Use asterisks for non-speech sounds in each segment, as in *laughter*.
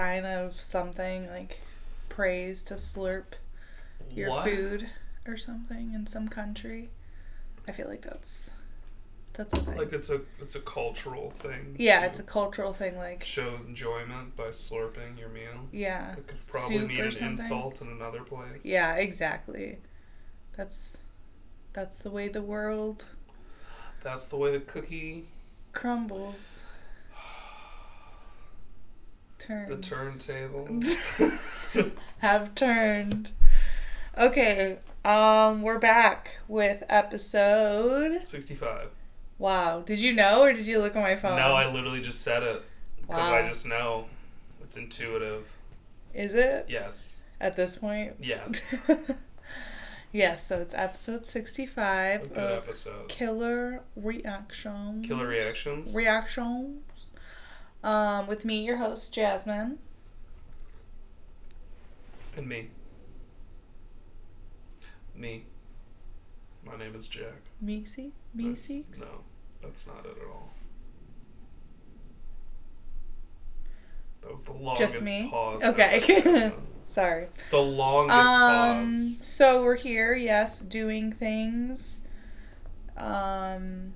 sign of something like praise to slurp your What? food or something in some country. I feel like that's that's a thing. Like it's a it's a cultural thing. yeah, to it's a cultural thing. Like show enjoyment by slurping your meal. yeah, It could probably soup mean or an something. insult in another place. Yeah, exactly. That's that's the way the world That's the way the cookie crumbles. Turns. the turntable. *laughs* *laughs* have turned. Okay, um, we're back with episode. Sixty five. Wow, did you know or did you look on my phone? No, I literally just said it because I Wow. just know it's intuitive. Is it Yes. at this point? *laughs* Yes. yes. So it's episode A sixty-five good of episode. Killer Reactions. Killer reactions. Reactions. Um, with me, your host Jasmine. and me. Me. My name is Jack. Meeksy. That's- Meeksy. No, that's not it at all. That was the longest me? pause. Okay. *laughs* ever. Sorry. the longest Um, pause. so we're here, yes, doing things. Um,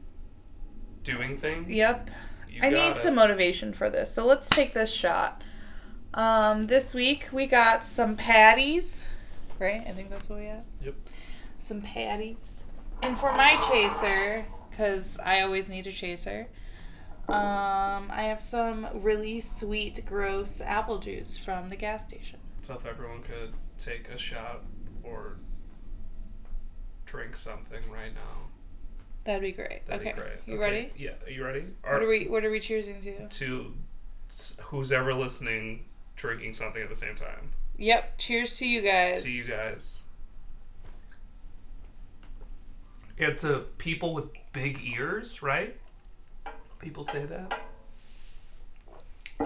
Doing things? yep. You I got need it. some motivation for this, so let's take this shot. Um, this week we got some patties, right? I think that's what we had. Yep. Some patties. And for my chaser, because I always need a chaser, um, I have some really sweet, gross apple juice from the gas station. So if everyone could take a shot or drink something right now, That'd be great. that'd okay. be great. You Okay, ready? Yeah. Are you ready? What are we What are we choosing to? To s- who's ever listening, drinking something at the same time. Yep. Cheers to you guys. to you guys. It's a people with big ears, right? People say that.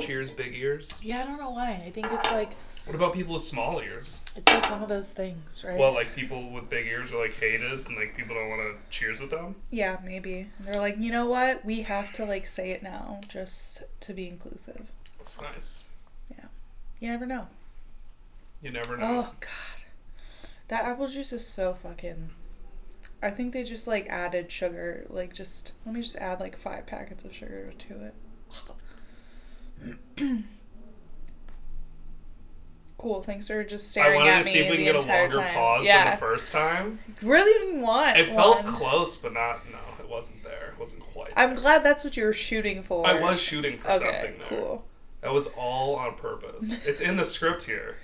Cheers, big ears. Yeah, I don't know why. I think it's like What about people with small ears? it's like one of those things, right? Well, like people with big ears are like hated, and like people don't want to cheers with them. yeah, maybe they're like, you know what? We have to like say it now, just to be inclusive. It's nice. You never know. You never know. Oh God, that apple juice is so fucking. I think they just like added sugar. Like just let me just add like five packets of sugar to it. *clears throat* cool. Thanks for just I staring wanted at to me see if we the can get a entire longer time. pause than yeah. the first time. *laughs* really didn't want. It felt one. close, but not. No, it wasn't there. It wasn't quite. I'm glad that's what you were shooting for. I was shooting for okay, something there. cool. That was all on purpose. It's in the script here.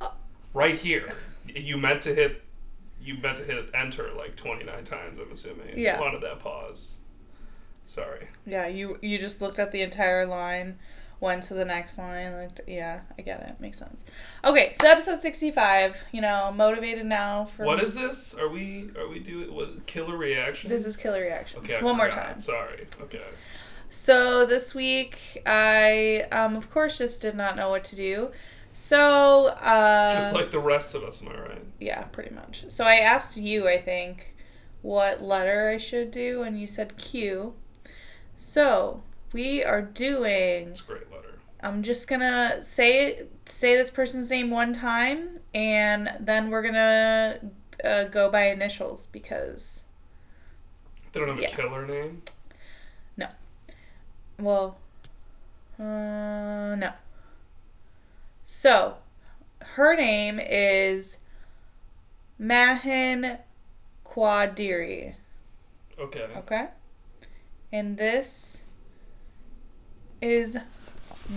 Uh. Right here. You meant to hit you meant to hit enter like 29 times, I'm assuming. Yeah. You wanted that pause. Sorry. Yeah, you you just looked at the entire line, went to the next line, looked. Yeah, I get it. Makes sense. Okay, so episode 65. You know, motivated now for. What is this? Are we are we doing what killer reaction? This is killer reactions. Okay. I One more forgot. time. Sorry. Okay. So this week I um of course just did not know what to do. So uh Just like the rest of us, am I right? Yeah, pretty much. So I asked you, I think, what letter I should do, and you said Q. So we are doing. It's a great letter. I'm just gonna say it, say this person's name one time, and then we're gonna uh, go by initials because, They don't have Yeah. a killer name. well, uh, no. So her name is Mahin Quadiri. Okay. Okay. And this is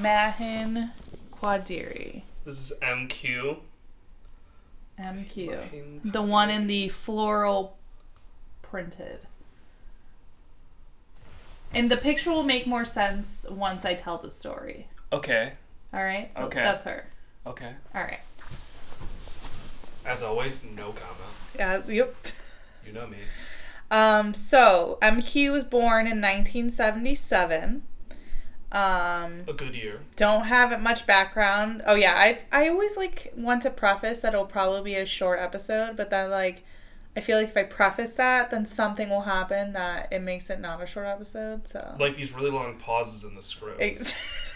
Mahin Quadiri. This is MQ. MQ. Mahin The one in the floral printed. And the picture will make more sense once I tell the story. Okay. All right? So Okay. that's her. Okay. All right. As always, no comment. Yeah, yep. You know me. Um, so MQ was born in 1977. Um, A good year. don't have much background. Oh yeah, I I always like want to preface that it'll probably be a short episode, but then like I feel like if I preface that, then something will happen that it makes it not a short episode. So like these really long pauses in the script. Ex- *laughs*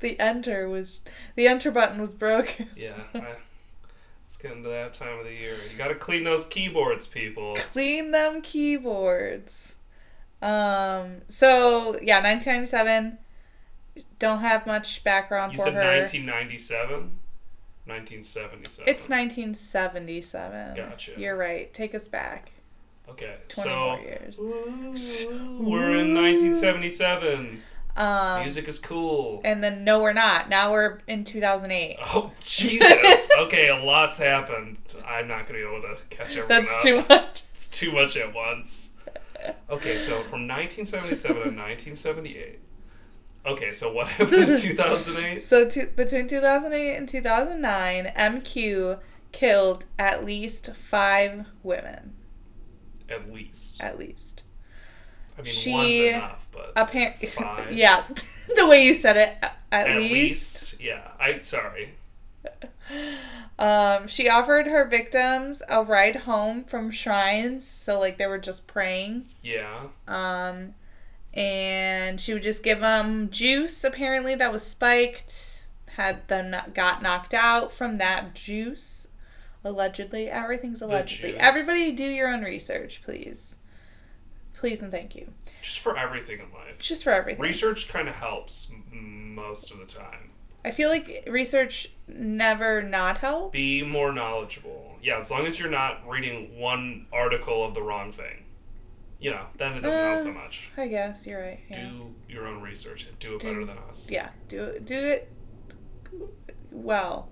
The enter was the enter button was broken. *laughs* Yeah, I, it's getting to that time of the year. You gotta clean those keyboards, people. *laughs* Clean them keyboards. Um. So yeah, 1997. Don't have much background You for said her. 1997, 1977. It's 1977. Gotcha. You're right. Take us back Okay, 20 so more years. we're in 1977. Um, Music is cool. And then no, we're not. Now we're in 2008. *laughs* Oh Jesus! okay, a lot's happened. I'm not gonna be able to catch everyone That's up. too much. It's too much at once. Okay, so *laughs* from *laughs* 1977 to 1978. Okay, so what happened *laughs* in 2008? So to, between 2008 and 2009, MQ killed at least five women. At least. At least. I mean, she- one's enough, but *laughs* Apparently, five. yeah, the way you said it, at, at At least. least. Yeah. I sorry. *laughs* Um, she offered her victims a ride home from shrines, so like they were just praying. Yeah. Um, and she would just give them juice apparently that was spiked. Had them kno- got knocked out from that juice. Allegedly, everything's allegedly. juice. Everybody, do your own research, please. Please and thank you. Just for everything in life. Just for everything. Research kind of helps m- most of the time. I feel like research never not helps. Be more knowledgeable. Yeah, as long as you're not reading one article of the wrong thing. You know, then it doesn't help Uh, so much. I guess you're right. Yeah. Do your own research and do it Do- better than us. yeah. Do it. Do it. Well.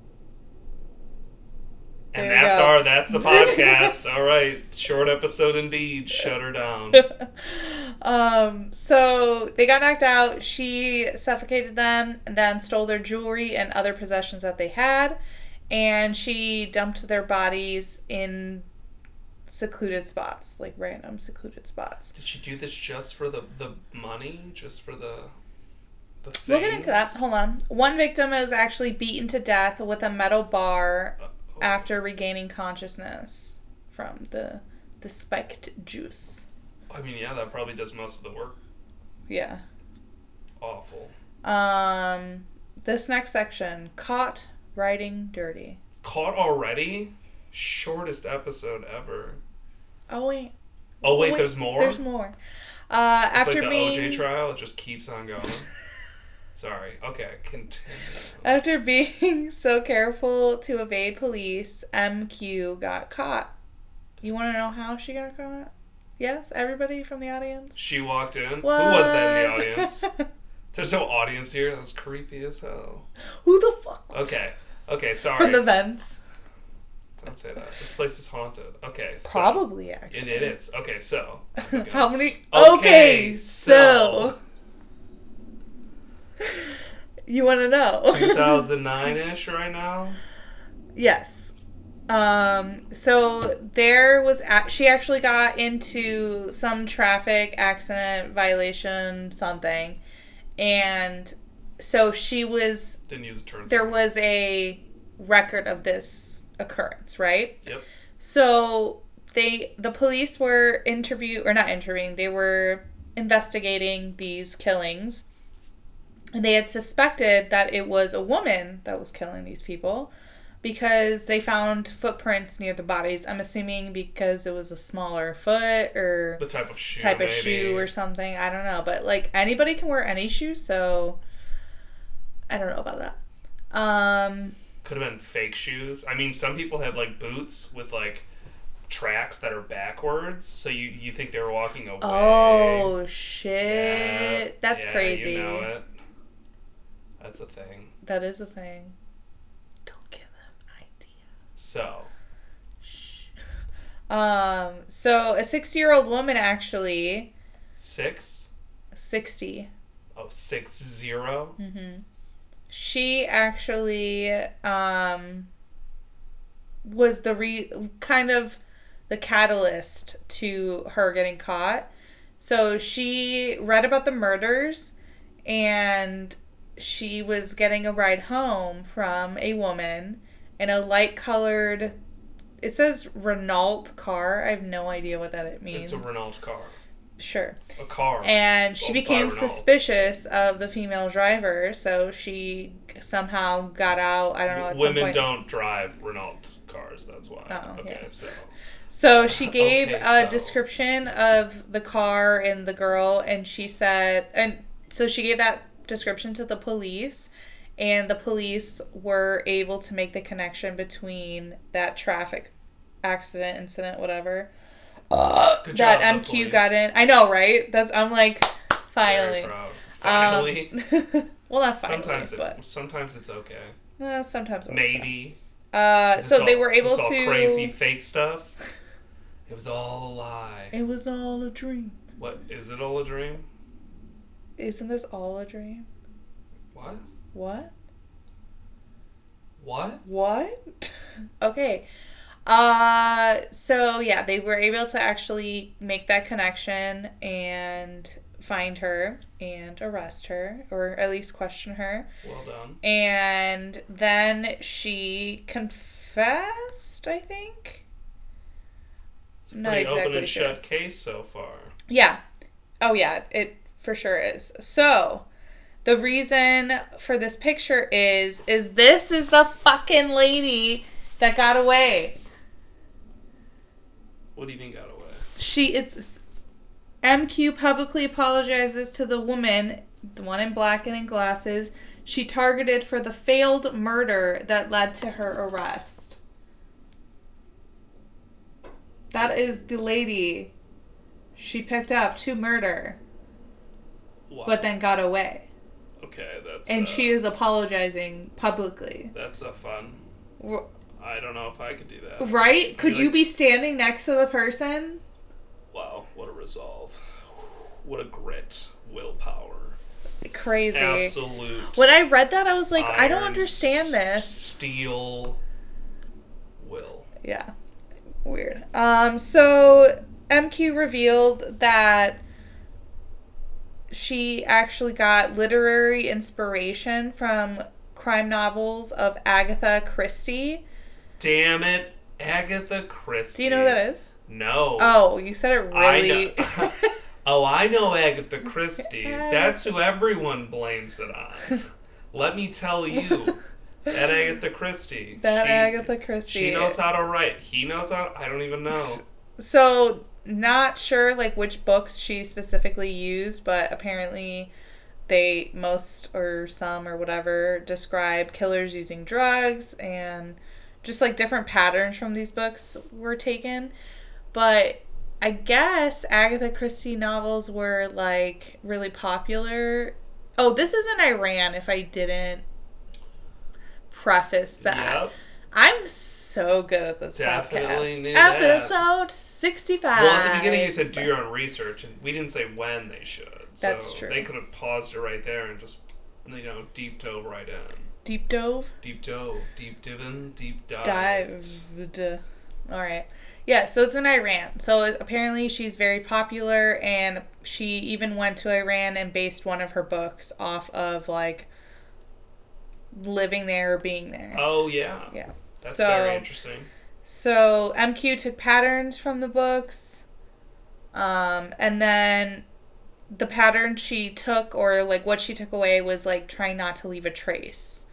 And There we that's go. our *laughs* that's the podcast. All right, short episode indeed. Shut *laughs* her down. um, so they got knocked out. She suffocated them and then stole their jewelry and other possessions that they had. And she dumped their bodies in secluded spots, like random secluded spots. Did she do this just for the the money? Just for the the things? We'll get into that. Hold on. One victim was actually beaten to death with a metal bar Uh, oh. after regaining consciousness from the the spiked juice. I mean, yeah, that probably does most of the work. Yeah. Awful. Um, this next section, caught riding dirty. Caught already? Shortest episode ever. Oh wait. Oh wait, there's more. There's more. Uh, It's after like the being *laughs* OJ trial. It just keeps on going. Sorry. Okay, continue. after being *laughs* so careful to evade police, MQ got caught. You want to know how she got caught? Yes, everybody from the audience. She walked in. Who was that in the What? *laughs* audience? There's no audience here. That was creepy as hell. Who the fuck? Was Okay. Okay, sorry. From the vents. Don't say that. This place is haunted. Okay. So Probably It, actually. it is. Okay, so. oh my How goodness. many- okay, so. *laughs* You want to know? *laughs* *laughs* 2009 ish right now? Yes. Um, so there was a- she actually got into some traffic accident violation something, and so she was Didn't use a term. there was a record of this occurrence, right? Yep. So they the police were interview or not interviewing, they were investigating these killings. And they had suspected that it was a woman that was killing these people because they found footprints near the bodies. I'm assuming because it was a smaller foot or The type of shoe. type of maybe. shoe or something. I don't know, but like anybody can wear any shoe, so I don't know about that. Um Could have been fake shoes. I mean, some people had like boots with like tracks that are backwards, so you, you think they were walking away. Oh Yeah, shit. That's yeah, crazy. You know it. That's a thing. That is a thing. Don't give them So, idea. Um, so a 60-year-old woman actually, six? 60. Oh, six zero? Mhm. She actually um was the re kind of the catalyst to her getting caught. So she read about the murders and she was getting a ride home from a woman in a light colored it says Renault car. I have no idea what that means. It's a Renault car. Sure. a car. And she Well, became Byron Alves. suspicious of the female driver, so she somehow got out. I don't know. uh, At Women some point. don't drive Renault cars. That's why. Oh, okay, yeah. so So she gave Okay, a so- description of the car and the girl, and she said, and so she gave that description to the police, and the police were able to make the connection between that traffic accident, incident, whatever. Good that job, the MQ police. got in. I know, right? That's I'm like, finally. very proud. Um, *laughs* Finally. well, not finally, sometimes but it, sometimes it's okay. uh, sometimes it works out. Maybe. Uh, This so is they all- were this able is all to. crazy fake stuff. It was all a lie. It was all a dream. What is it all a dream? Isn't this all a dream? What? What? What? What? *laughs* okay. Uh, so yeah, they were able to actually make that connection and find her and arrest her, or at least question her. Well done. And then she confessed, I think. It's a Not pretty open exactly and sure. shut case so far. Yeah. Oh yeah, it for sure is. So, the reason for this picture is is this is the fucking lady that got away. What do you mean got away? She it's MQ publicly apologizes to the woman, the one in black and in glasses, she targeted for the failed murder that led to her arrest. That is the lady she picked up to murder, Wow. but then got away. Okay, that's. And uh, she is apologizing publicly. That's a fun. R- I don't know if I could do that. Right? Could Be you like- be standing next to the person? Wow, what a resolve. What a grit. Willpower. Crazy. Absolute. When I read that, I was like, I don't iron understand this. Steel will. Yeah. Weird. Um, so MQ revealed that she actually got literary inspiration from crime novels of Agatha Christie. Damn it, Agatha Christie. Do you know who that is? No. Oh, you said it I really. *laughs* know- *laughs* Oh, I know Agatha Christie. That's who everyone blames it *laughs* on. Let me tell you, that Agatha Christie. That she- Agatha Christie. She knows how to write. He knows how. I don't even know. So not sure like which books she specifically used, but apparently they most or some or whatever describe killers using drugs and just like different patterns from these books were taken. But I guess Agatha Christie novels were like really popular. Oh, this is in Iran if I didn't preface that. Yep. I'm so good at this Definitely podcast. knew that. Episode 65. Well, at the beginning you said do your own research, and we didn't say when they should. So That's true. They could have paused it right there and just, you know, deep dove right in. Deep dove? Deep dove, deep divin, deep dive. Dived. All right. Yeah, so it's in Iran. So apparently she's very popular, and she even went to Iran and based one of her books off of like living there or being there. Oh yeah. Yeah. That's so very interesting. So MQ took patterns from the books, um, and then the pattern she took, or like what she took away, was like trying not to leave a trace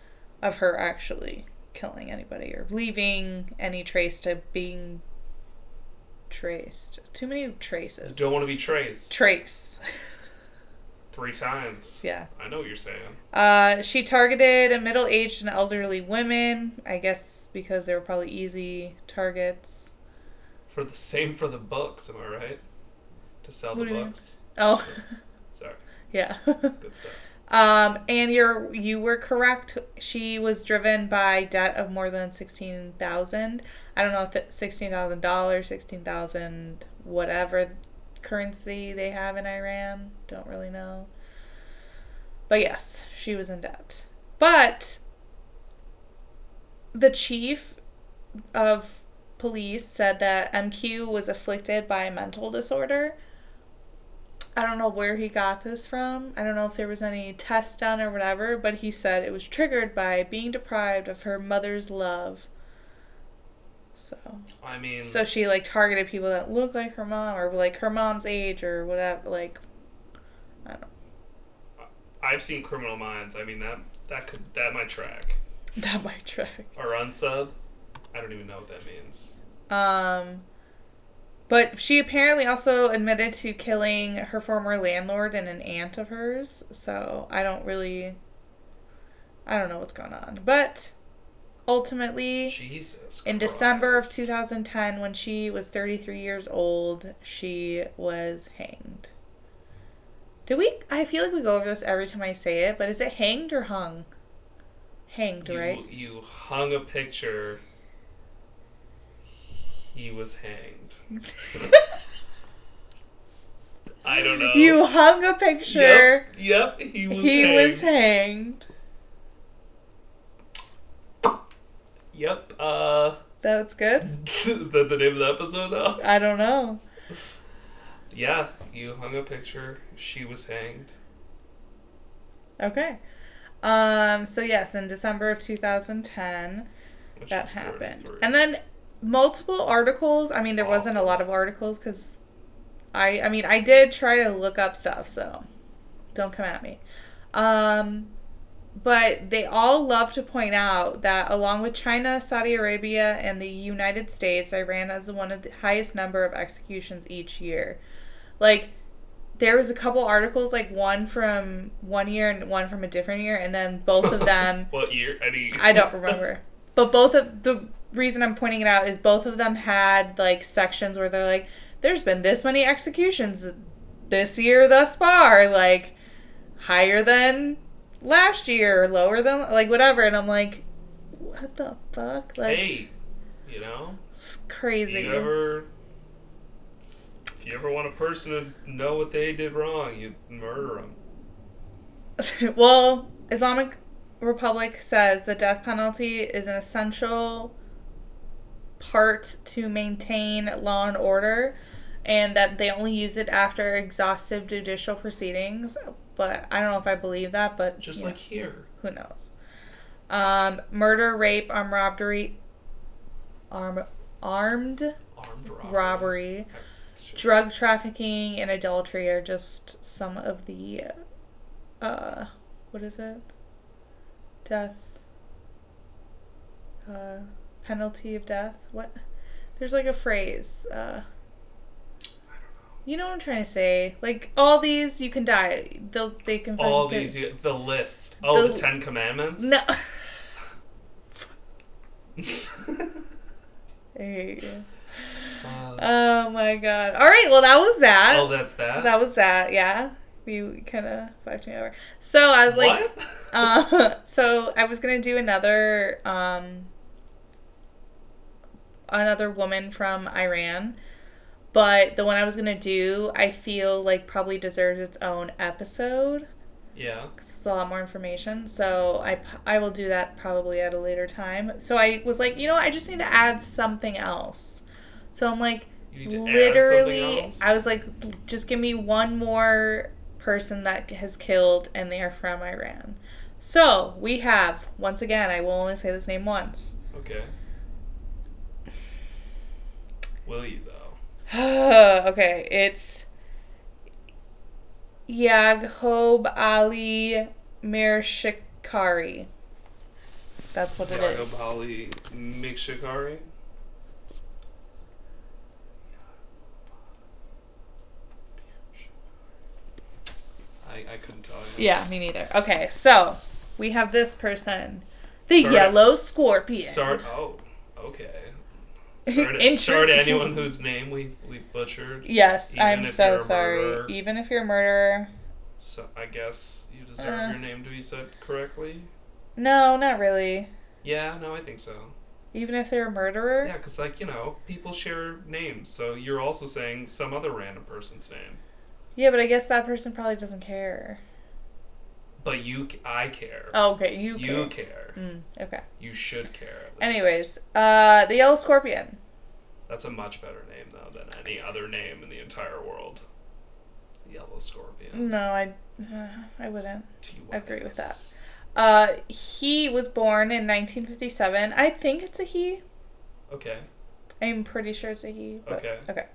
of her actually killing anybody or leaving any trace to being traced. Too many You traces. don't want to be traced Trace. *laughs* three times. yeah. I know what you're saying. Uh, she targeted a middle-aged and elderly women, I guess because they were probably easy targets. For the same for the books, am I right? To sell What the do you mean? books. Oh, *laughs* Sorry, yeah. it's good stuff. *laughs* Um, and you're you were correct. She was driven by debt of more than sixteen thousand. I don't know if it's sixteen thousand dollars, sixteen thousand whatever currency they have in Iran. Don't really know. But yes, she was in debt. But the chief of police said that MQ was afflicted by a mental disorder. I don't know where he got this from. I don't know if there was any test done or whatever, but he said it was triggered by being deprived of her mother's love. So. I mean, So she like targeted people that look like her mom or like her mom's age or whatever. Like, I don't. I've seen Criminal Minds. I mean, that that could that might track. *laughs* That might track. Or unsub. I don't even know what that means. Um, but she apparently also admitted to killing her former landlord and an aunt of hers. So I don't really, I don't know what's going on. But ultimately, Jesus. in December of Christ. 2010, when she was 33 years old, she was hanged. Do we? I feel like we go over this every time I say it, but is it hanged or hung? Hanged, you, right? you hung a picture. He was hanged. *laughs* I don't know. You hung a picture. Yep, yep he was he hanged. was hanged. Yep. Uh, *laughs* That's good. is that the name of the episode now? I don't know. Yeah, you hung a picture. She was hanged. Okay. Um. So yes, in December of 2010, when she that was happened, 33. and then multiple articles. I mean, there wasn't a Awful. lot of articles because I. I mean, I did try to look up stuff, so don't come at me. Um. But they all love to point out that along with China, Saudi Arabia, and the United States, Iran has one of the highest number of executions each year. Like, there was a couple articles, like one from one year and one from a different year, and then both *laughs* of them, what year? Any? I don't remember. But both of the reason I'm pointing it out is both of them had like sections where they're like, there's been this many executions this year thus far, like higher than last year, lower than like whatever, and I'm like, what the fuck, like *laughs* hey, you know, it's crazy. you ever, if you ever want a person to know what they did wrong, you murder them. *laughs* well, Islamic Republic says the death penalty is an essential part to maintain law and order and that they only use it after exhaustive judicial proceedings, but I don't know if I believe that, but Just you like know, here. who knows. Um, murder, rape, armed robbery, arm, armed Armed robbery. robbery, drug trafficking, and adultery are just some of the, uh, what is it? Death. Uh, penalty of death. What? There's like a phrase. Uh, you know what I'm trying to say? Like all these, you can die. They'll they can. All fucking- these, you- the list. Oh, the, The- Ten Commandments? *laughs* No. *laughs* I hate you. Uh, Oh my god. All right. Well, that was that. oh, that's that? That was that, yeah. You kind of fucked me over. So I was like, What? *laughs* uh, *laughs* so I was gonna do another, um, another woman from Iran, but the one I was gonna do, I feel like probably deserves its own episode yeah. 'cause it's a lot more information. So I, p- I will do that probably at a later time. So I was like, you know, what? I just need to add something else. So I'm like, You need to add something literally else? i was like just give me one more person that has killed and they are from iran so we have once again i will only say this name once *sighs* Okay. Will you, though? okay it's yaghob ali mirshikari that's what it is. Yagab Ali Mikshikari? I, I couldn't tell you. yeah me neither okay so we have this person the Start it. yellow scorpion *laughs* Start. Oh, okay. Start, Intro- start to anyone whose name we we butchered. Yes, Even I'm if so you're a sorry. murderer. Even if you're a murderer. So I guess you deserve Uh. your name to be said correctly. No, not really. Yeah, no, I think so. Even if they're a murderer. Yeah, 'cause like you know, people share names, so you're also saying some other random person's name. Yeah, but I guess that person probably doesn't care. But you, c- I care. Oh, okay, you care. you care. Mm, okay. You should care. at least. Anyways, uh, the yellow scorpion. that's a much better name though than any other name in the entire world. The Yellow scorpion. No, I, uh, I wouldn't. Do you I agree with that. want Uh, he was born in 1957. I think it's a he. this? Okay. I'm pretty sure it's a he. But, Okay. Okay.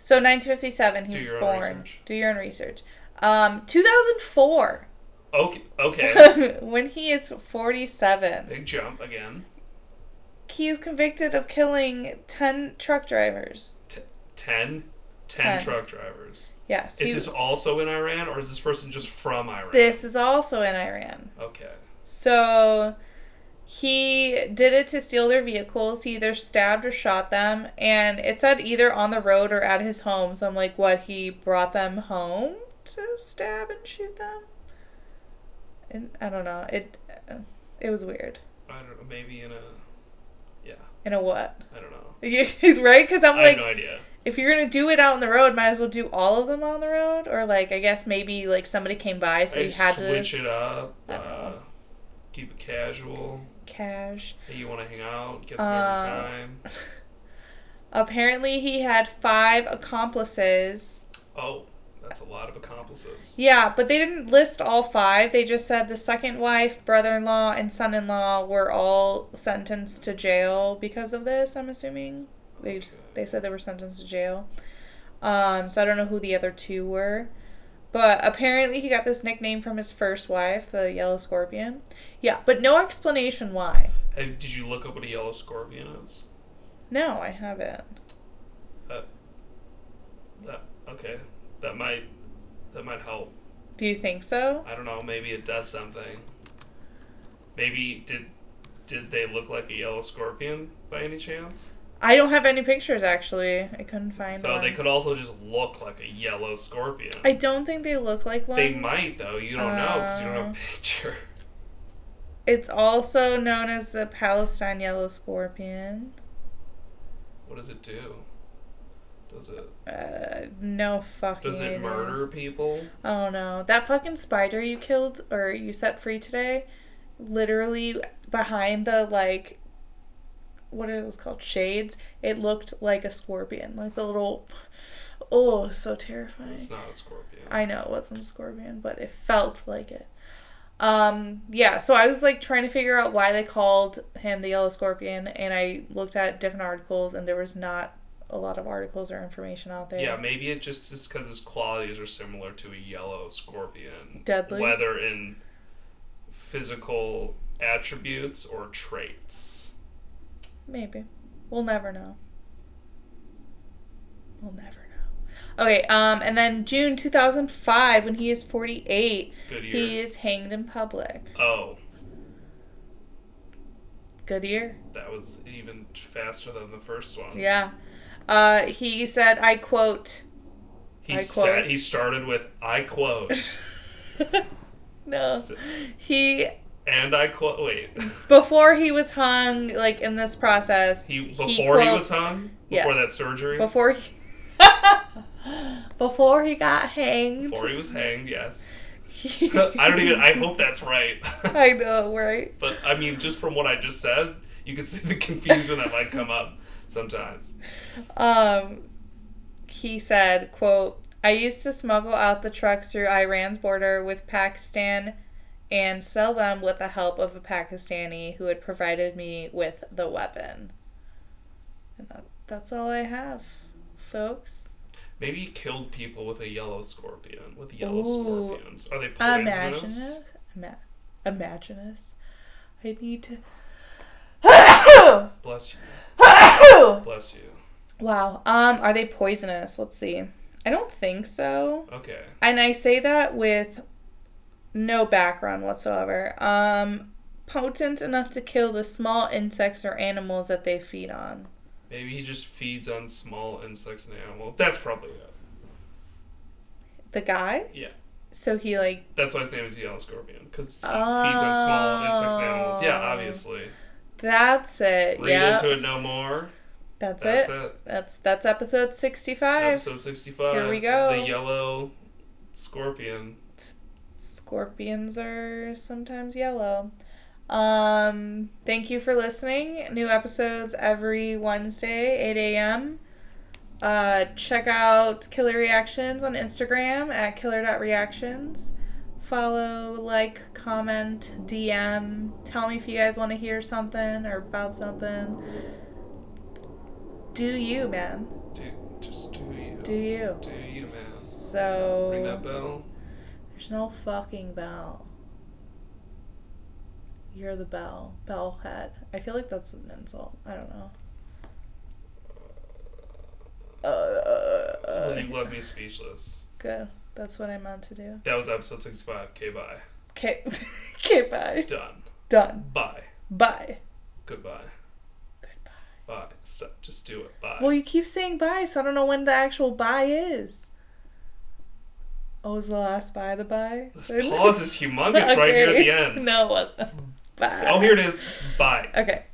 So 1957, he Do was your own born. research. Do your own research. Um, 2004, Okay. *laughs* Okay. when he is 47, Big jump again. he is convicted of killing 10 truck drivers. T- ten. Ten, Ten. truck drivers. Yes. he- Is this also in Iran, or is this person just from Iran? this is also in Iran. Okay. So he did it to steal their vehicles. He either stabbed or shot them, and it said either on the road or at his home. So I'm like, what? He brought them home to stab and shoot them? And I don't know. It uh, it was weird. I don't know. Maybe in a. Yeah. In a what? *laughs* I don't know. right? Because I'm I have like, no idea. if you're gonna do it out on the road, might as well do all of them on the road. Or like, I guess maybe like somebody came by, so I you had to switch it up. I don't Uh, know. keep it casual. cash. *laughs* Hey, you want to hang out? Get some Uh, every time. Apparently, he had five accomplices. Oh, that's a lot of accomplices. Yeah, but they didn't list all five. They just said the second wife, brother in law, and son in law were all sentenced to jail because of this, I'm assuming. They, s- Okay. they said they were sentenced to jail. Um, so I don't know who the other two were. But apparently, he got this nickname from his first wife, the Yellow Scorpion. Yeah, but no explanation why. Hey, did you look up what a yellow scorpion is? No, I haven't. That, that okay. That might that might help. Do you think so? I don't know. Maybe it does something. Maybe did did they look like a yellow scorpion by any chance? I don't have any pictures actually. I couldn't find so one. they could also just look like a yellow scorpion. I don't think they look like one. they might though. You don't know because you don't have Uh, a picture. *laughs* It's also known as the Palestine yellow scorpion. What does it do? Does it Uh, no fucking. does idea. it murder people? Oh no, that fucking spider you killed or you set free today, literally behind the like, what are those called? Shades. It looked like a scorpion, like the little. Oh, so terrifying. It's not a scorpion. I know it wasn't a scorpion, but it felt like it. Um, yeah, so I was like trying to figure out why they called him the yellow scorpion, and I looked at different articles, and there was not a lot of articles or information out there. Yeah, maybe it just is because its qualities are similar to a yellow scorpion. Deadly? Whether in physical attributes or traits. Maybe. We'll never know. We'll never know. Okay, um, and then June 2005, when he is 48, Good year. he is hanged in public. Oh, Good year. that was even faster than the first one. Yeah. Uh, he said, I quote, *laughs* He I said quote. he started with *laughs* I quote no. S- He and I quote. Wait. before he was hung, like in this process, *laughs* He before he, quote- was hung. Before Yes. that surgery. before he *laughs* before he got hanged. Before he was *laughs* hanged. Yes. *laughs* he- I don't even. I hope that's right. I know, right? But I mean, just from what I just said, you can *laughs* see the confusion that might come up sometimes. Um, he said, "quote I used to smuggle out the trucks through Iran's border with Pakistan." And sell them with the help of a Pakistani who had provided me with the weapon. And that, that's all I have, folks. Maybe he killed people with a yellow scorpion. With yellow Ooh. scorpions. Are they Imagine poisonous? us. Ima- imagine us. I need to. Bless you. Bless you. *coughs* wow. Um, are they poisonous? Let's see. I don't think so. Okay. And I say that with no background whatsoever. Um, potent enough to kill the small insects or animals that they feed on. Maybe he just feeds on small insects and animals. That's probably it. The guy. Yeah. So he like That's why his name is Yellow Scorpion. Because he feeds on small insects and animals. Yeah, Oh. obviously. that's it. Read yeah. into it no more. That's, That's it. it. That's that's episode sixty-five. Episode 65. Here we go. The Yellow Scorpion. scorpions are sometimes yellow. Um, thank you for listening. New episodes every Wednesday, 8 a.m. Uh, check out Killer Reactions on Instagram at killer.reactions. Follow, like, comment, DM. Tell me if you guys want to hear something or about something. do you, man. Do, just do you. Do you. Do you, man. So. Ring that bell. There's no fucking bell. You're the bell. Bellhead. I feel like that's an insult. I don't know. Uh, Well, uh, you left me speechless. Good. That's what I meant to do. That was episode 65. Okay, bye. Okay. *laughs* okay, bye. Done. Done. Bye. Bye. Goodbye. Goodbye. Bye. Stop. Just do it. Bye. Well, you keep saying bye, so I don't know when the actual bye is. Oh, was the last bye the bye? This *laughs* pause is humongous right here at the end. No, it wasn't. bye. Oh, here it is. Bye. Okay.